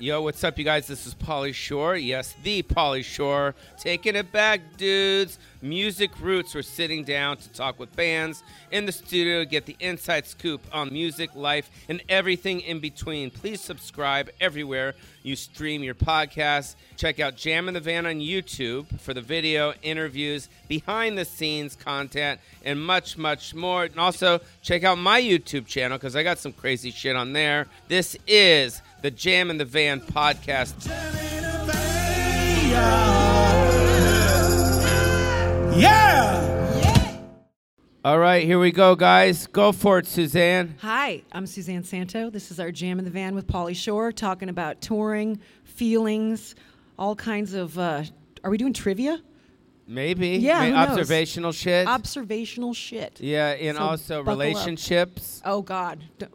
Yo, what's up, you guys? This is Polly Shore. Yes, the Polly Shore. Taking it back, dudes. Music Roots. We're sitting down to talk with bands in the studio, get the inside scoop on music, life, and everything in between. Please subscribe everywhere you stream your podcast. Check out Jam in the Van on YouTube for the video, interviews, behind the scenes content, and much, much more. And also, check out my YouTube channel because I got some crazy shit on there. This is the Jam in the Van podcast. Yeah! All right, here we go, guys. Go for it, Suzanne. Hi, I'm Suzanne Santo. This is our Jam in the Van with Polly Shore, talking about touring, feelings, all kinds of. Uh, are we doing trivia? Maybe. Yeah, who knows? observational shit. Observational shit. yeah, and So also buckle up. relationships. Oh God, D-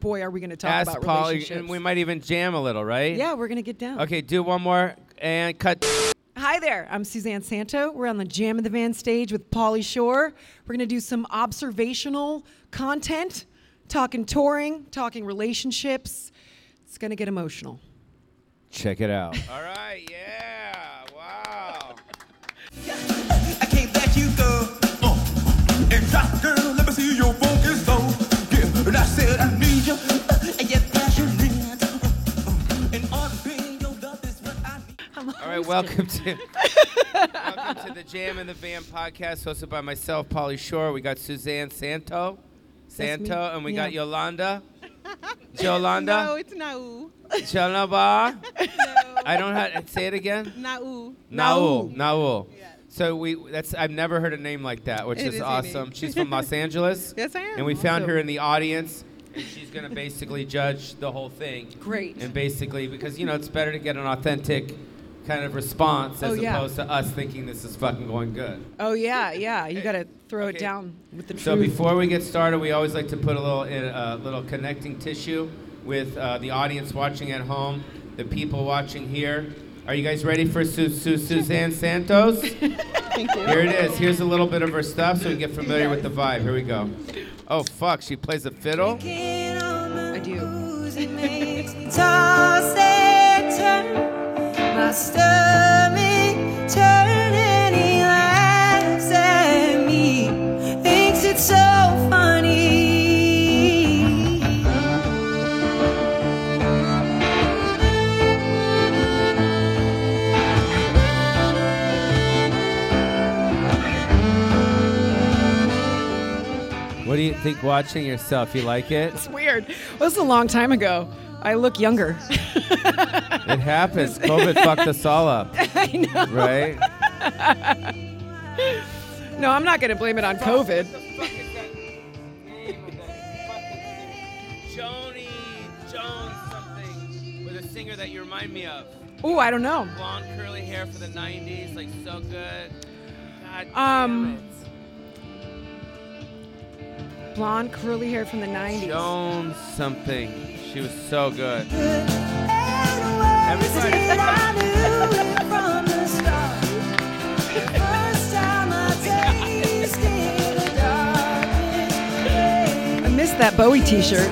boy, are we going to talk Ask about Polly, relationships? and we might even jam a little, right? yeah, we're going to get down. Okay, do one more and cut. Hi there, I'm Suzanne Santo. We're on the Jam in the Van stage with Polly Shore. We're going to do some observational content, talking touring, talking relationships. It's going to get emotional. Check it out. All right, yeah. Wow. I can't let you go. Uh, and drop, girl, let me see your focus though. Yeah, and I said I need you. Uh, and you're passionate. Uh, uh, and on being your love is what I need. All right, welcome to welcome to the Jam in the Van podcast hosted by myself, Polly Shore. We got Suzanne Santo, Santo, and we got Yeah. Yolanda. Yolanda. No, it's Nau. Chalaba. I don't have. Say it again. Nau. Naul. Naul. So we. That's. I've never heard a name like that, which It is is awesome. unique. She's from Los Angeles. Yes, I am. And we found her Awesome. in the audience. And she's gonna basically judge the whole thing. Great. And basically, because you know, it's better to get an authentic kind of response as Oh, yeah. opposed to us thinking this is fucking going good. Oh yeah, yeah. You got to throw Okay. it down with the So truth. before we get started, we always like to put a little in a little connecting tissue with uh, the audience watching at home, the people watching here. Are you guys ready for Su- Su- Suzanne Santos? Here Thank you. it is. Here's a little bit of her stuff so we get familiar with the vibe. Here we go. Oh fuck, she plays a fiddle. I do. Toss and turn, my stomach turn, and he laughs at me. Thinks it's so funny. What do you think watching yourself? You like it? It's weird. Well, this is a long time ago. I look younger. It happens. COVID fucked us all up, I know. right? No, I'm not going to blame it on COVID. Joni Jones something with a singer that you remind me of. Oh, I don't know. Blonde curly hair for the 90s, like so good. God damn Um, it. Blonde curly hair from the 90s. Jones something. She was so good. Everybody. Where I missed that Bowie t-shirt.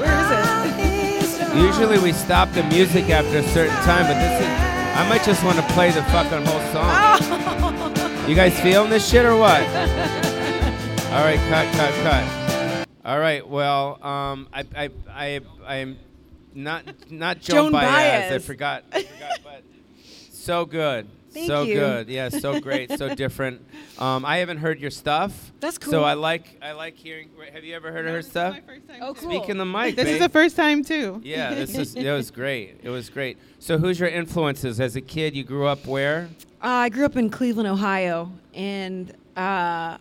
Where is it? Usually we stop the music after a certain time, but this is. I might just want to play the fucking whole song. Oh. You guys feeling this shit or what? All right, cut, cut, cut. All right, well, um, I, I, I, I'm not not Joan, Joan Baez. I Baez. forgot. I forgot but so good. Thank so you. good. Yeah, so great, so different. Um, I haven't heard your stuff. That's So cool. I like I like hearing. Have you ever heard of her This is stuff? my first time, Oh, too. cool. Speak in the mic. This is babe. the first time too. Yeah, this is it was great. It was great. So who's your influences as a kid? You grew up where? Uh, I grew up in Cleveland, Ohio, and uh,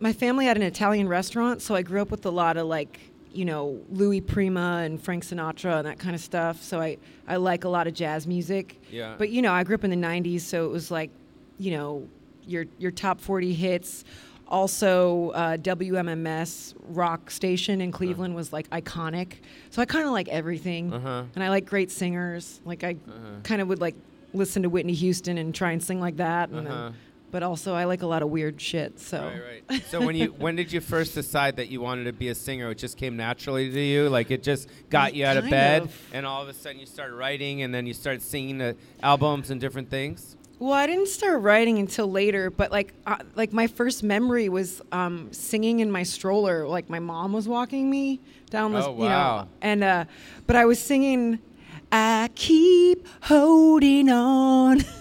my family had an Italian restaurant, so I grew up with a lot of like, you know, Louis Prima and Frank Sinatra and that kind of stuff. So I, I like a lot of jazz music. Yeah. But you know, I grew up in the '90s, so it was like, you know, your your top 40 hits. Also, uh, WMMS rock station Uh-huh. in Cleveland was like iconic. So I kind of like everything, Uh-huh. and I like great singers. Like I kind of would like listen to Whitney Houston and try and sing like that, and Uh-huh. then but also I like a lot of weird shit. So Right, right. So when you when did you first decide that you wanted to be a singer? It just came naturally to you, like it just got you out of Kind bed, of. and all of a sudden you started writing, and then you started singing the albums and different things. Well, I didn't start writing until later, but like, uh, like my first memory was um, singing in my stroller. Like my mom was walking me down the, Oh, you wow. know, and uh, but I was singing, "I keep holding on."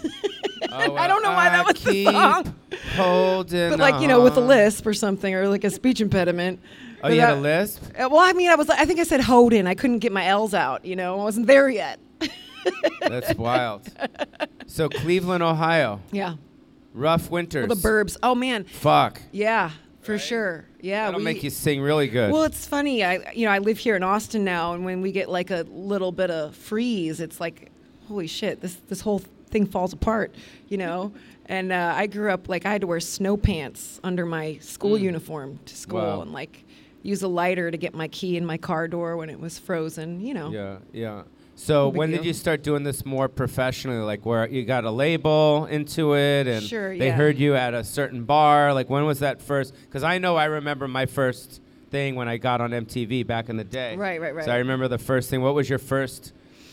Oh, I don't know why that I was the keep song, Holding, but like you know, with a on. lisp or something, or like a speech impediment. Uh-huh. Oh, But you had a that- lisp. Uh, Well, I mean, I was. I think I said holding. I couldn't get my L's out. You know, I wasn't there yet. That's wild. So Cleveland, Ohio, yeah, rough winters. Well, the burbs. Oh man, Fuck. yeah, for sure. Yeah, That'll we- make you sing really good. Well, it's funny. I you know I live here in Austin now, and when we get like a little bit of freeze, it's like, holy shit, this this whole thing falls apart, you know. And uh, I grew up like I had to wear snow pants under my school uniform to school, Mm. Wow. and like use a lighter to get my key in my car door when it was frozen, you know. yeah, yeah. So big when did deal. you start doing this more professionally? Like where you got a label into it, and Sure, they yeah. heard you at a certain bar. Like when was that first? Because I know I remember my first thing when I got on MTV back in the day. Right, right, right. So I remember the first thing. What was your first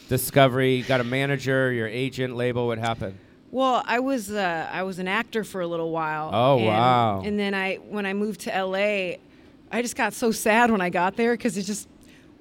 discovery? You got a manager, your agent, label. What happened? Well, I was uh, I was an actor for a little while. Oh, and, wow. And then I when I moved to LA, I just got so sad when I got there because it just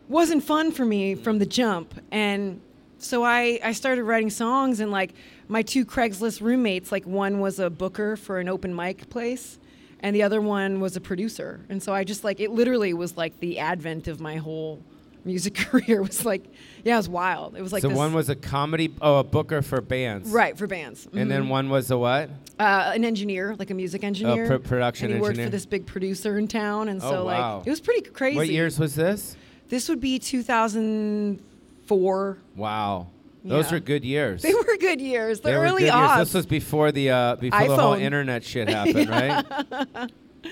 wasn't fun for me from the jump. And so I I started writing songs and like my two Craigslist roommates, like one was a booker for an open mic place. And the other one was a producer. And so I just like, it literally was like the advent of my whole music career was like, yeah, it was wild. It was like so this, one was a comedy. Oh, a booker for bands. right Mm-hmm. for bands. And then one was a what? uh, an engineer, like a music engineer, pro- production and he worked engineer. Oh, for this big producer in town, and so wow. like it was pretty c- crazy. What years was this? This would be 2004. Wow. Those Yeah. were good years. They were good years. The They were early good years. aughts. This was before the uh, before the whole iPhone. internet shit happened, right?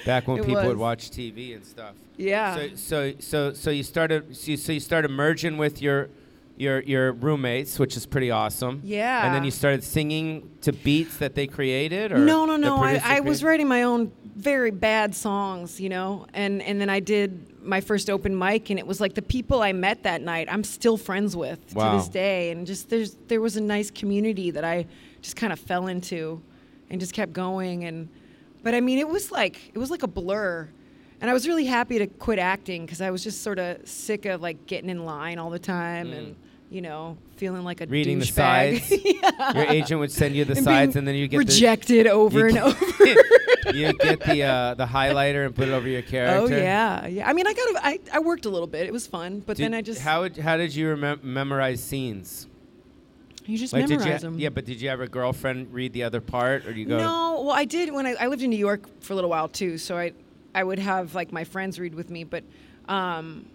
Back when It people would was. watch TV and stuff. Yeah. So so so so you started so you, so you started merging with your your your roommates, which is pretty awesome. And then Yeah. you started singing to beats that they created, or no, no, the no. I, producer I was created? writing my own very bad songs, you know, and and then I did my first open mic, and it was like the people I met that night, I'm still friends with Wow. to this day, and just there's there was a nice community that I just kind of fell into, and just kept going, and but I mean, it was like it was like a blur. And I was really happy to quit acting because I was just sort of sick of like getting in line all the time and you know feeling like a Mm. reading the douchebag. sides. Your agent would send you the And sides, being and then you get the, rejected over and You over. get- you get the uh, the highlighter and put it over your Oh character. yeah, yeah. I mean, I got. I, I worked a little bit. It was fun, but Did- then I just how would- how did you remem- memorize scenes? you just Like, did memorize you them. yeah, but did you have a girlfriend read the other part, or you go? No, well, I did when I, I lived in New York for a little while too. So I, I would have like my friends read with me, but um,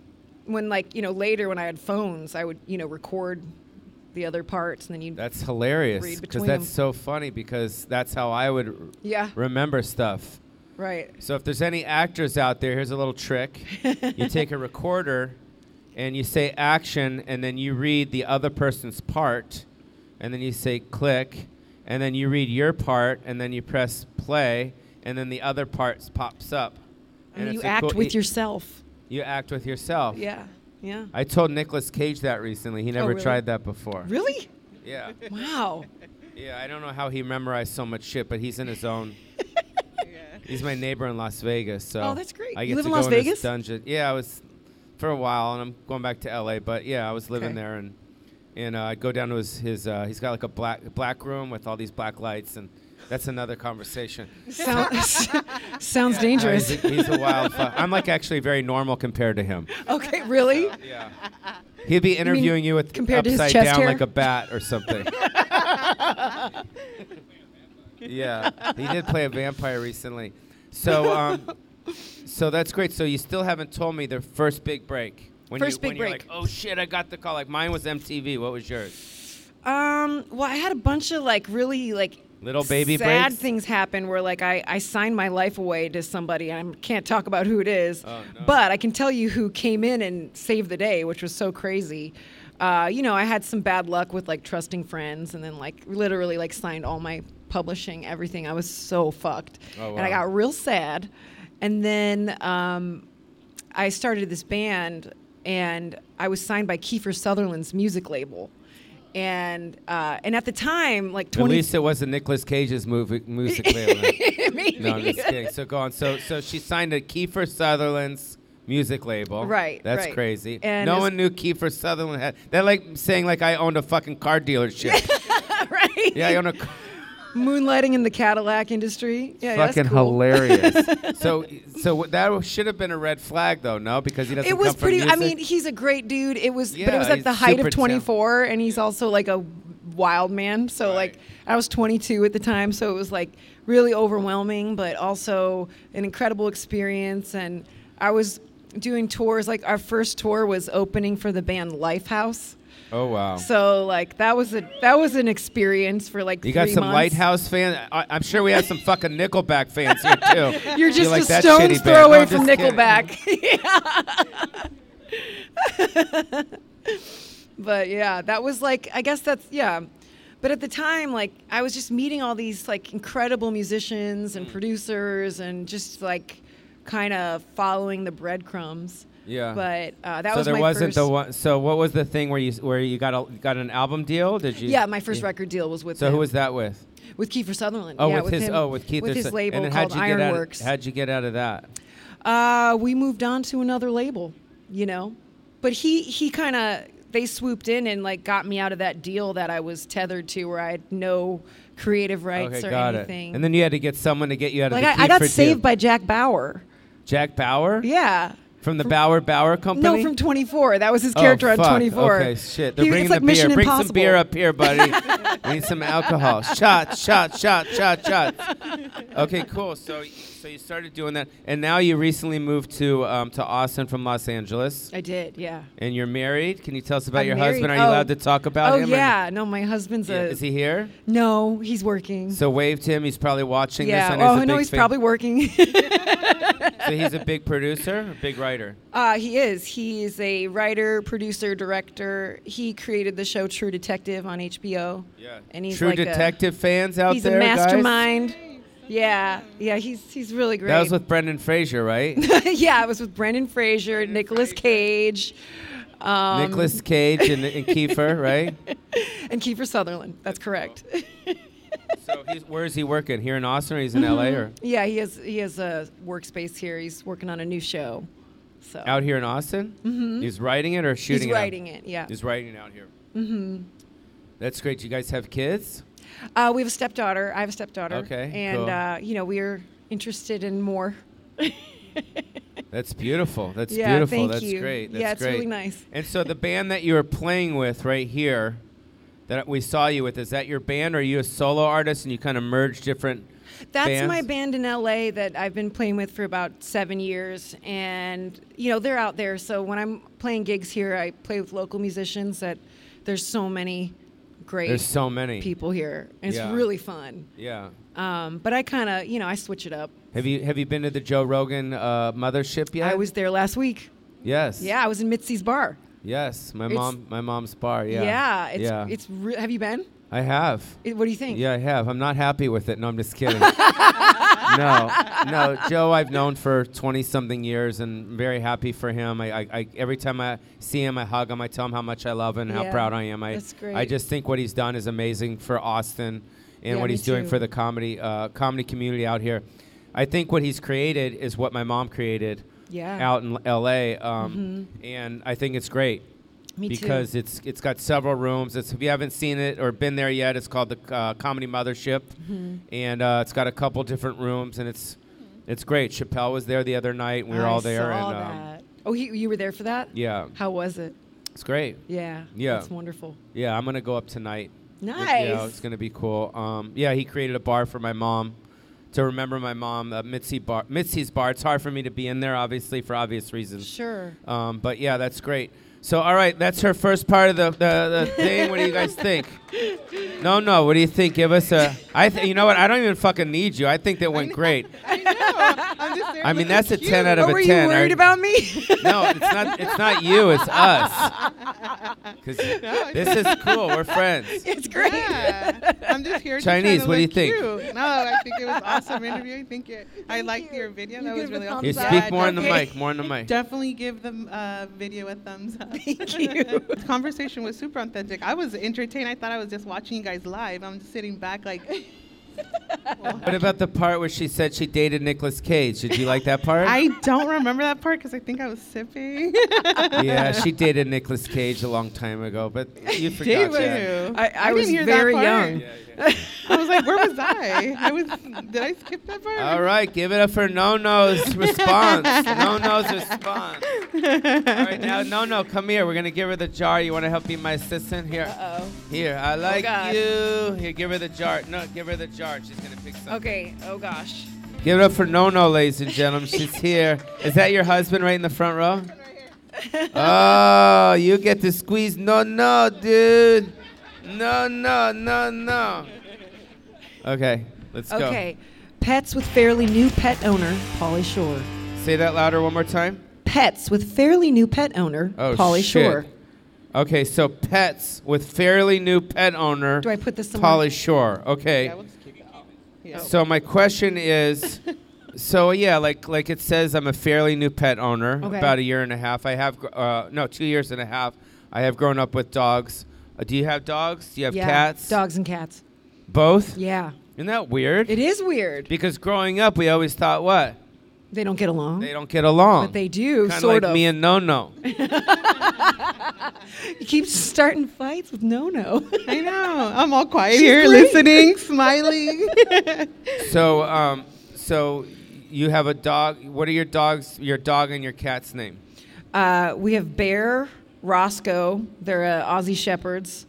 when like you know later when I had phones, I would you know record the other parts and then you. That's hilarious Read because between that's them. so funny because that's how I would r- Yeah. remember stuff. Right. So if there's any actors out there, here's a little trick: you take a recorder and you say action, and then you read the other person's part, and then you say click, and then you read your part, and then you press play, and then the other part pops up. And, you it's a act cool- with you- yourself. You act with yourself. Yeah. Yeah. I told Nicolas Cage that recently. He never Oh, really? tried that before. Really? Yeah. Wow. Yeah, I don't know how he memorized so much shit, but he's in his own. He's my neighbor in Las Vegas, so. Oh, that's great. I You get live to in go Las his Vegas? dungeon. Yeah, I was for a while, and I'm going back to LA. But yeah, I was living Okay. there, and and uh, I'd go down to his his. Uh, he's got like a black black room with all these black lights, and that's another conversation. Sounds sounds Uh, dangerous. he's, a, he's a wild. fuck. I'm like actually very normal compared to him. okay. Really? Yeah. He'd be interviewing you, with compared to his upside chest down hair? like a bat or something. yeah, he did play a vampire recently. So, um, so that's great. So you still haven't told me their first big break. When First you, big when break. You're like, oh shit, I got the call. Like mine was MTV. What was yours? Um, well, I had a bunch of like really like Little baby sad breaks? things happen where like I, I signed my life away to somebody and I can't talk about who it is, Oh, no. but I can tell you who came in and saved the day, which was so crazy. Uh, you know, I had some bad luck with like trusting friends and then like literally like signed all my publishing everything. I was so fucked, Oh, and I wow. got real sad. And then um, I started this band, and I was signed by Kiefer Sutherland's music label. And uh, and at the time, like At twenty, least it wasn't Nicolas Cage's movie, music label. maybe. No, I'm just kidding. So go on. So so she signed a Kiefer Sutherland's music label. Right, That's right. crazy. And no it's- one knew Kiefer Sutherland had. They're like saying like I owned a fucking car dealership. right? yeah, I own a. Car. moonlighting in the Cadillac industry. Yeah, yeah, that's fucking cool. hilarious. so so what- that should have been a red flag though. No, because he doesn't. It was come from pretty. I music? mean, he's a great dude. It was, but Yeah, it was at he's the height super of 24, and he's also like a wild man. So Right. like, I was 22 at the time, so it was like really overwhelming, but also an incredible experience. And I was doing tours. Like our first tour was opening for the band Lifehouse. Oh wow. So like that was a that was an experience for like you got three some months. Lighthouse fans. I, I'm sure we have some fucking Nickelback fans here too. You're just like, a "That shitty stone's band." throw No, away I'm from just kidding. Nickelback. Yeah. but yeah, that was like I guess that's yeah. But at the time, like I was just meeting all these like incredible musicians Mm. and producers, and just like kind of following the breadcrumbs. Yeah. But uh, that so was there my wasn't first. the one. So what was the thing where you where you got a, got an album deal? Did you? yeah, my first Yeah. record deal was with So him, who was that with? with Kiefer Sutherland. Oh, yeah, with, his him, oh with Keith. with his Ursa- label and then called how'd you get out Ironworks. Of, how'd you get out of that? Uh, we moved on to another label, you know. But he he kind of they swooped in and like got me out of that deal that I was tethered to, where I had no creative rights okay, or got anything. it. And then you had to get someone to get you out like of the I, I got Keefer saved deal. by Jack Bauer. Jack Bauer Yeah. from the Bauer Bauer Company. No, from 24. That was his character oh, on fuck. 24. Okay, shit. They're He- bringing it's like the Mission beer. Bring some Impossible. beer up here, buddy. we need some alcohol. Shot, shot, shot, shot, shot. Okay, cool. So, so you started doing that, and now you recently moved to um, to Austin from Los Angeles, I did, yeah. and you're married. Can you tell us about I'm your married. husband? Are you Oh. allowed to talk about oh, him? or- yeah. No, my husband's Yeah, a. Is he here? no, he's working. So wave to him. He's probably watching Mm-hmm. yeah. this. I know Oh, a no, big he's fan. probably working. So he's a big producer, a big writer. Uh, he is. He is a writer, producer, director. He created the show True Detective on HBO. and he's True like Detective fans out A, he's there, a guys? mastermind. Yeah, yeah. He's he's really great. That was with Brendan Fraser, right? yeah, it was with Brendan Fraser, Nicolas Cage, um, Nicholas Cage and, and Kiefer, right? and Kiefer Sutherland. That's correct. So he's, where is he working? Here in Austin, or he's in Mm-hmm. LA, or yeah, he has he has a workspace here. He's working on a new show. So out here in Austin? Mm-hmm. He's writing it or shooting he's it? out? writing it. Yeah. He's writing it out here. Mm-hmm. That's great. You guys have kids? Uh, we have a stepdaughter. I have a stepdaughter. Okay, And cool. uh, you know we're interested in more. That's beautiful. That's Yeah, beautiful. thank That's you. great. Yeah, That's it's really great. nice. And so the band that you were playing with right here, that we saw you with, is that your band? Or are you a solo artist and you kind of merge different? That's bands? my band in LA that I've been playing with for about seven years, and you know they're out there. So when I'm playing gigs here, I play with local musicians. That there's so many great There's so many people here, and Yeah. it's really fun. Yeah. Um, but I kind of you know I switch it up. Have you have you been to the Joe Rogan uh, mothership yet? I was there last week. Yes. Yeah, I was in Mitzi's bar. Yes. My It's- mom. My mom's bar. Yeah. Yeah, it's it's. Re- have you been? I have. It- what do you think? Yeah, I have. I'm not happy with it. No, I'm just kidding. no, no, Joe, I've known for 20 something years, and I'm very happy for him. I, I, I, every time I see him, I hug him. I tell him how much I love him, and how Yeah, proud I am. I, that's great. I just think what he's done is amazing for Austin, and Yeah, what me he's doing too. for the comedy, uh, comedy community out here. I think what he's created is what my mom created. Yeah. Mm-hmm. Out in L- L.A. Um, and I think it's great Me too. because it's it's got several rooms. It's, if you haven't seen it or been there yet, it's called the uh, Comedy Mothership, Mm-hmm. and uh, it's got a couple different rooms, and it's it's great. Chappelle was there the other night. We were I all there, saw and um, that. oh, he, you were there for that? yeah, How was it? it's great. Yeah. Yeah. It's wonderful. Yeah, I'm gonna go up tonight. Yeah, Nice. it's gonna be cool. Um, yeah, he created a bar for my mom to remember my mom, uh, Mitzi bar, Mitzi's bar. It's hard for me to be in there, obviously, for obvious reasons. Sure. Um, but yeah, that's great. So, all right, that's her first part of the, the, the thing. What do you guys think? No, no. What do you think? Give us a. I th- you know what? I don't even fucking need you. I think that went great. I know. I'm just there I mean, looking that's a cute. ten out of Oh, a were ten. you worried I- about me? no, it's not. It's not you. It's us. Because No, this is cool. We're friends. It's great. Yeah. I'm just here. to try Chinese, to what do you look think? cute. No, I think it was awesome interview. I think it, I liked your video. You that was give it a really thumbs awesome. You up. speak more in the Yeah, mic. More in the mic. Definitely give the uh, video a thumbs up. Thank you. the conversation was super authentic. I was entertained. I thought I was just watching you guys live. I'm just sitting back like, What about the part where she said she dated Nicolas Cage? Did you like that part? I don't remember that part because I think I was sipping. yeah, she dated Nicolas Cage a long time ago, but you forgot Did that. you? I- I was didn't hear very that part. young. I was like, where was I? I was. Did I skip that part? All right, give it up for No No's response. No No's response. All right, now No No, come here. We're gonna give her the jar. You want to help be my assistant here? Uh-oh. Here, I like Oh, God. you. Here, give her the jar. No, give her the jar. She's gonna pick something. Okay. Oh gosh. Give it up for No No, ladies and gentlemen. She's here. Is that your husband right in the front row? Oh, you get to squeeze No No, dude. No No No No. Okay, let's go. Okay. Pets with fairly new pet owner, Polly Shore. Say that louder one more time. Pets with fairly new pet owner, Oh, Polly shit. Shore. Okay, so pets with fairly new pet owner. Do I put this somewhere? Polly Shore. Okay. Yeah, we'll just keep it. Yeah. So my question is, so yeah, like like it says, I'm a fairly new pet owner. Okay. About a year and a half. I have gr- uh, no two years and a half. I have grown up with dogs. Uh, do you have dogs? Do you have yeah. cats? Dogs and cats. Both. Yeah. Isn't that weird? It is weird. because growing up, we always thought what They don't get along. they don't get along. but they do, Kinda sort like of. me and No No. you keep starting fights with no no. I know. I'm all quiet here, great. listening, smiling. so um, so you have a dog. What are your dogs? Your dog and your cat's name? Uh, we have Bear, Roscoe. They're uh, Aussie Shepherds.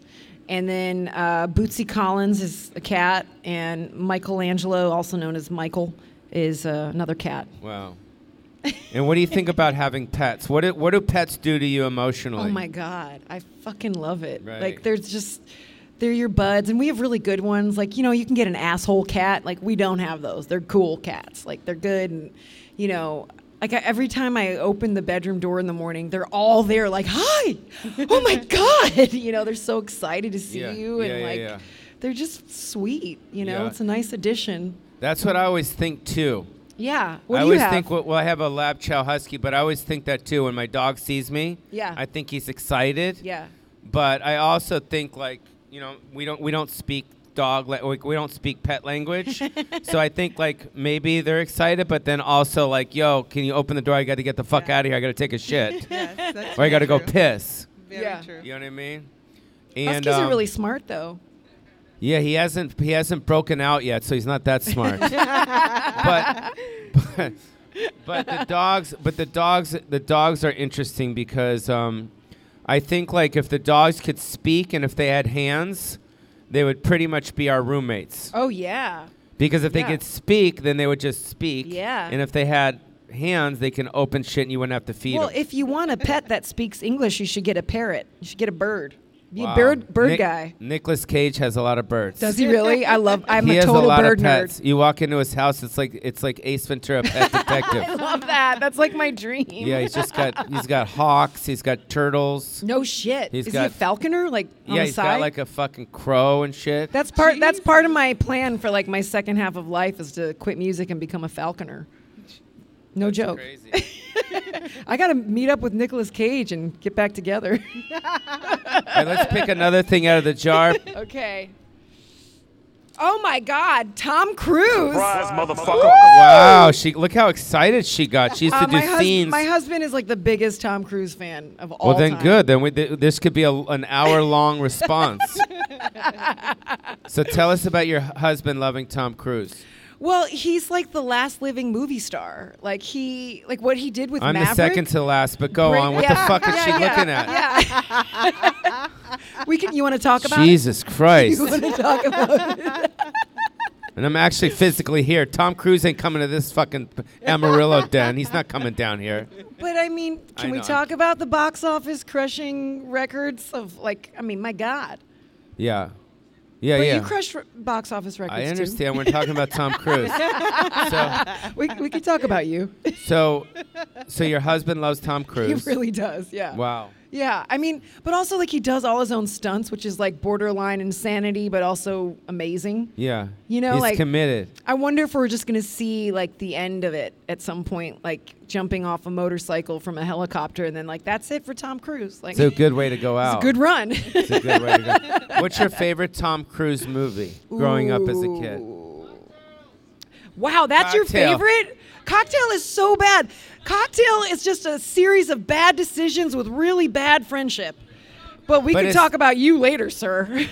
And then uh, Bootsy Collins is a cat. And Michelangelo, also known as Michael, is uh, another cat. Wow. and what do you think about having pets? What do, what do pets do to you emotionally? Oh my God. I fucking love it. Right. Like, there's just. They're your buds, and we have really good ones. Like, you know, you can get an asshole cat. Like, we don't have those. They're cool cats. Like, they're good. And, you know, like I, every time I open the bedroom door in the morning, they're all there, like, hi. Oh my God. You know, they're so excited to see Yeah. you. Yeah, And, yeah, like, yeah. they're just sweet. You know, Yeah. it's a nice addition. That's what I always think too. Yeah. What I do you always have? think well, well, I have a lab chow husky, but I always think that too when my dog sees me. Yeah. I think he's excited. yeah. But I also think like, you know, we don't we don't speak dog la- like we don't speak pet language. so I think like maybe they're excited, but then also like, yo, can you open the door? I got to get the fuck out of here. I got to take a shit. yes, that's or I got to go very true. piss. Very Yeah. true. You know what I mean? And Huskies um, are really smart, though. Yeah, he hasn't he hasn't broken out yet, so he's not that smart. but, but but the dogs but the dogs the dogs are interesting because um, I think like if the dogs could speak and if they had hands, they would pretty much be our roommates. Oh, yeah. Because if they yeah. could speak, then they would just speak. Yeah. And if they had hands, they can open shit and you wouldn't have to feed Well, 'em. if you want a pet that speaks English, you should get a parrot. You should get a bird. Be Wow. a bird bird Nic- guy. Nicolas Cage has a lot of birds. Does he really? I love. I'm he a has a total lot bird of pets. nerd. You walk into his house, it's like it's like Ace Ventura, Pet I Detective. love that. That's like my dream. yeah, he's just got he's got hawks, he's got turtles. No shit. He's Is he a got- falconer? Like on yeah, the he's side? got like a fucking crow and shit. that's part. That's part of my plan for like my second half of life is to quit music and become a falconer. No joke. crazy. I got to meet up with Nicolas Cage and get back together. and let's pick another thing out of the jar. okay. Oh my God, Tom Cruise. wow, she look how excited she got. She used Uh, to do my, hus- scenes. my husband is like the biggest Tom Cruise fan of all. well, then time. good. Then we th- this could be a, an hour long response. so tell us about your hu- husband loving Tom Cruise. Well, he's like the last living movie star. Like he, like what he did with I'm Maverick. the second to last, but go Bring- on. What yeah, the fuck is yeah, she yeah, looking at? yeah. we can. You want to talk about Jesus it? Christ. You want to talk about it? And I'm actually physically here. Tom Cruise ain't coming to this fucking Amarillo den. He's not coming down here. But I mean, can I we know. talk about the box office crushing records of like? I mean, my God. Yeah. Yeah, But yeah. you crush r- box office records. I too. understand. We're talking about Tom Cruise. so, We, we could talk about you. so, so your husband loves Tom he Cruise. really does. Yeah. Wow. Yeah, I mean, but also like he does all his own stunts, which is like borderline insanity, but also amazing. Yeah. You know, He's like- committed. I wonder if we're just gonna see like the end of it at some point, like jumping off a motorcycle from a helicopter, and then like that's it for Tom Cruise. It's Like, a good way to go it's out. a good run. It's a good way to go. What's your favorite Tom Cruise movie growing up as a kid? Wow, that's Cocktail. your favorite? Cocktail is so bad. Cocktail is just a series of bad decisions with really bad friendship. But we But can it's- talk about you later, sir.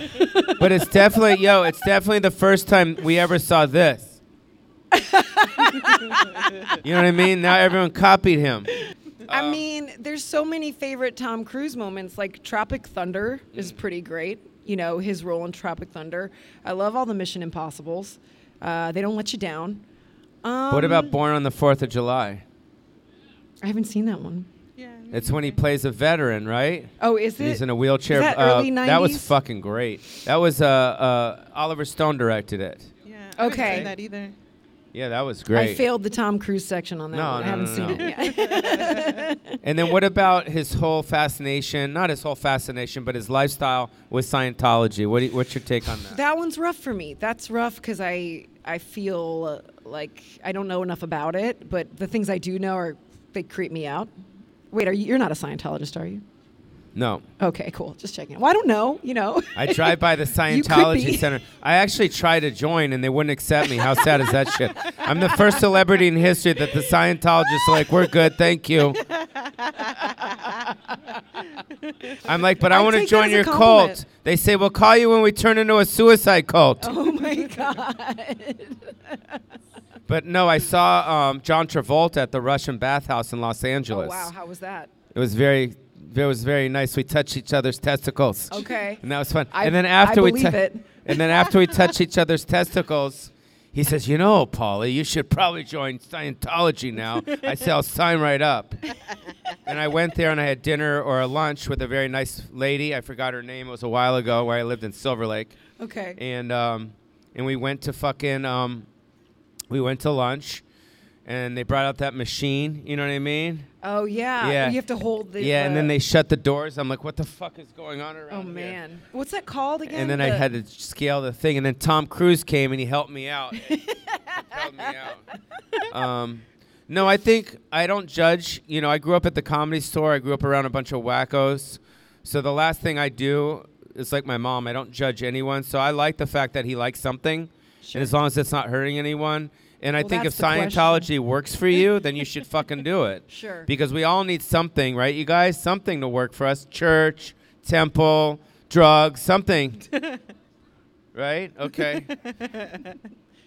But it's definitely, yo, it's definitely the first time we ever saw this. you know what I mean? Now everyone copied him. Um, I mean, there's so many favorite Tom Cruise moments. Like Tropic Thunder Mm. is pretty great. You know, his role in Tropic Thunder. I love all the Mission Impossibles. Uh, they don't let you down. Um, What about Born on the Fourth of July? I haven't seen that one. Yeah. It's when he plays a veteran, right? Oh, is it? He's in a wheelchair. Is that uh, early 90s? That was fucking great. That was uh, uh, Oliver Stone directed it. Yeah. I haven't seen Okay. That either. Yeah, that was great. I failed the Tom Cruise section on that No, one. no, I haven't no, seen no. it yet. And then what about his whole fascination? Not his whole fascination, but his lifestyle with Scientology. What do you, what's your take on that? that one's rough for me. That's rough because I I feel uh, like I don't know enough about it, but the things I do know are they creep me out. Wait, are you, you're not a Scientologist, are you? No. Okay, cool. Just checking. Well, I don't know. You know. I drive by the You could Scientology be. Center. I actually tried to join and they wouldn't accept me. How sad is that shit? I'm the first celebrity in history that the Scientologists are like, we're good, thank you. I'm like, but I, I want to take that join as a your compliment. cult. They say, we'll call you when we turn into a suicide cult. Oh my god. But no, I saw um, John Travolta at the Russian bathhouse in Los Oh, Angeles. wow, how was that? It was very, it was very nice. We touched each other's testicles. Okay. And that was fun. I- and then I after we believe tou- it. and then after we touched each other's testicles, he says, "You know, Polly, you should probably join Scientology now." I said, "I'll sign right up." and I went there and I had dinner or a lunch with a very nice lady. I forgot her name. It was a while ago where I lived in Silver Lake Okay. and um, and we went to fucking um, we went to lunch, and they brought out that machine. You know what I mean? Oh yeah. Yeah. You have to hold the yeah, and then uh, they shut the doors. I'm like, what the fuck is going on around Oh here? man. What's that called again? And then I The- had to scale the thing, and then Tom Cruise came and he helped me out. He helped me out. Um, no, I think I don't judge. You know, I grew up at the comedy store. I grew up around a bunch of wackos. So the last thing I do is like my mom. I don't judge anyone. So I like the fact that he likes something, and as long as it's not hurting anyone. And I Well, think if that's the question. Scientology works for you, then you should fucking do it. Sure. Because we all need something, right, you guys? Something to work for us. Church, temple, drugs, something. right? Okay.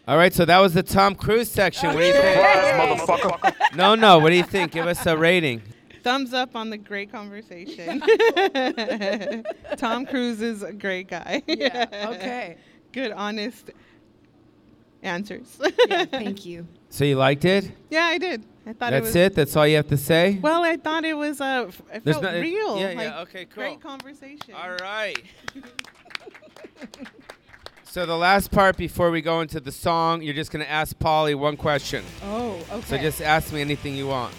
all right, so that was the Tom Cruise section. What do you think? no, no, what do you think? Give us a rating. Thumbs up on the great conversation. Tom Cruise is a great guy. Yeah. Okay. Good, honest answers. Yeah, thank you. So you liked it? Yeah, I did. I thought it That's was. it? That's all you have to say? Well, I thought it was. Uh, f- it There's felt not- it- real. yeah, yeah, like, okay, cool. Great conversation. All right. so the last part before we go into the song, you're just going to ask Polly one question. Oh, okay. So just ask me anything you want.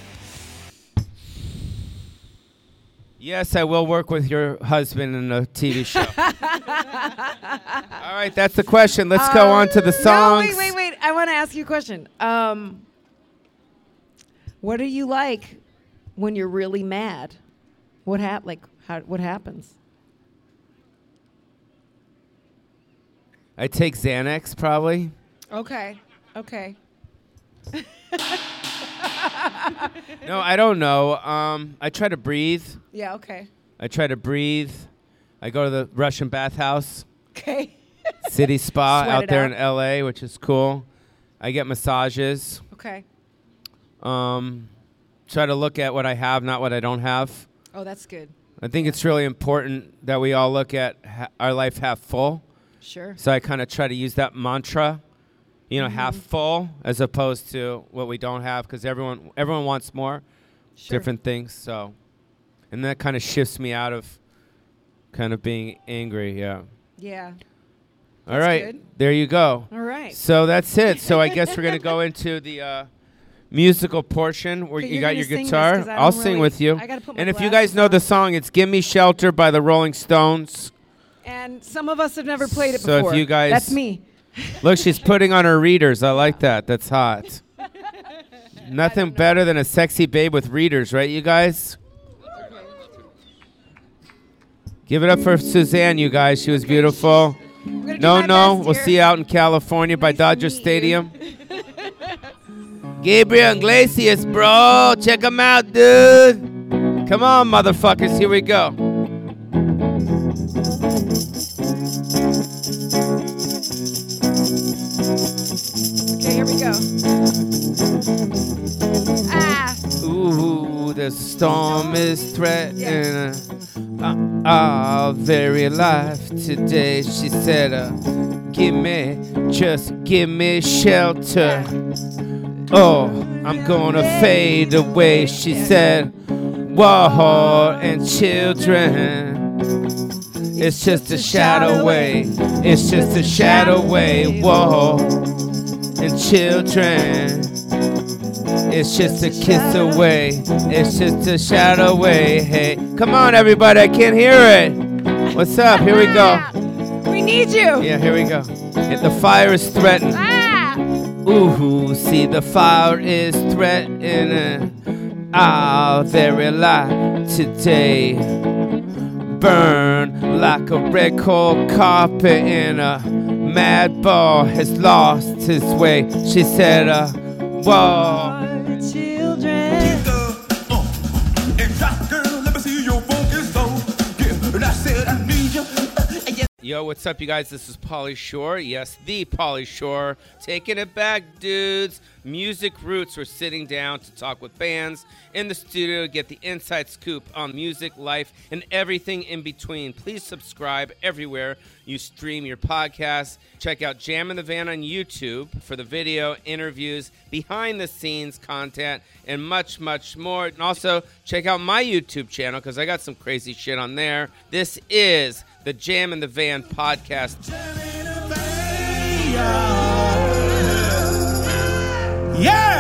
Yes, I will work with your husband in a TV show. All right, that's the question. Let's go on to the songs. Um, No, wait, wait, wait. I want to ask you a question. Um, what are you like when you're really mad? What hap- like how what happens? I take Xanax probably. Okay. Okay. No, I don't know. Um, I try to breathe. Yeah, okay. I try to breathe. I go to the Russian bathhouse, Okay. city spa Sweat out it there out. in LA, which is cool. I get massages. okay. Um, try to look at what I have, not what I don't have. Oh, that's good. I think it's really important that we all look at ha- our life half full. Sure. So I kind of try to use that mantra, you know, half Mm-hmm. full as opposed to what we don't have because everyone everyone wants more, Sure. different things. So, and that kind of shifts me out of kind of being angry. Yeah. Yeah. all right, good. there you go. All right. So that's it. So I guess we're gonna go into the uh, musical portion where But you you're got gonna your sing this guitar. 'cause I I'll don't sing really- with you. I gotta put my and if you guys glasses know the on. song, it's "Give Me Shelter" by the Rolling Stones. And some of us have never played it So if before. you guys- That's me. Look, she's putting on her readers. I like that. That's hot. Nothing better than a sexy babe with readers, right, you guys? Give it up for Suzanne, you guys. She was beautiful. I'm gonna do No, my no. best We'll here. see you out in California by Nice to Dodger meet you. Stadium. Gabriel Iglesias, bro. Check him out, dude. Come on, motherfuckers. Here we go. Okay, here we go. Ah, Ooh, the storm is threatening uh, our very life today. She said, uh, Give me, just give me shelter. Oh, I'm gonna fade away. She said, War and children. It's just a shadow way. It's just a shadow way. War and children. It's just a kiss away. It's just a shadow away. Hey, come on, everybody. I can't hear it. What's up? Here we go. we need you. Yeah, here we go. If the fire is threatened. Ah! Ooh, see, the fire is threatening our very life today. Burn like a red cold carpet in a mad ball has lost his way. She said, uh, whoa. Children. Uh, uh, Yo, what's up, you guys? This is Polly Shore. Yes, the Polly Shore. Taking it back, dudes. Music Roots. We're sitting down to talk with bands in the studio, get the inside scoop on music, life, and everything in between. Please subscribe everywhere you stream your podcast. Check out Jam in the Van on YouTube for the video, interviews, behind the scenes content, and much, much more. And also, check out my YouTube channel because I got some crazy shit on there. This is the Jam in the Van podcast. Yeah!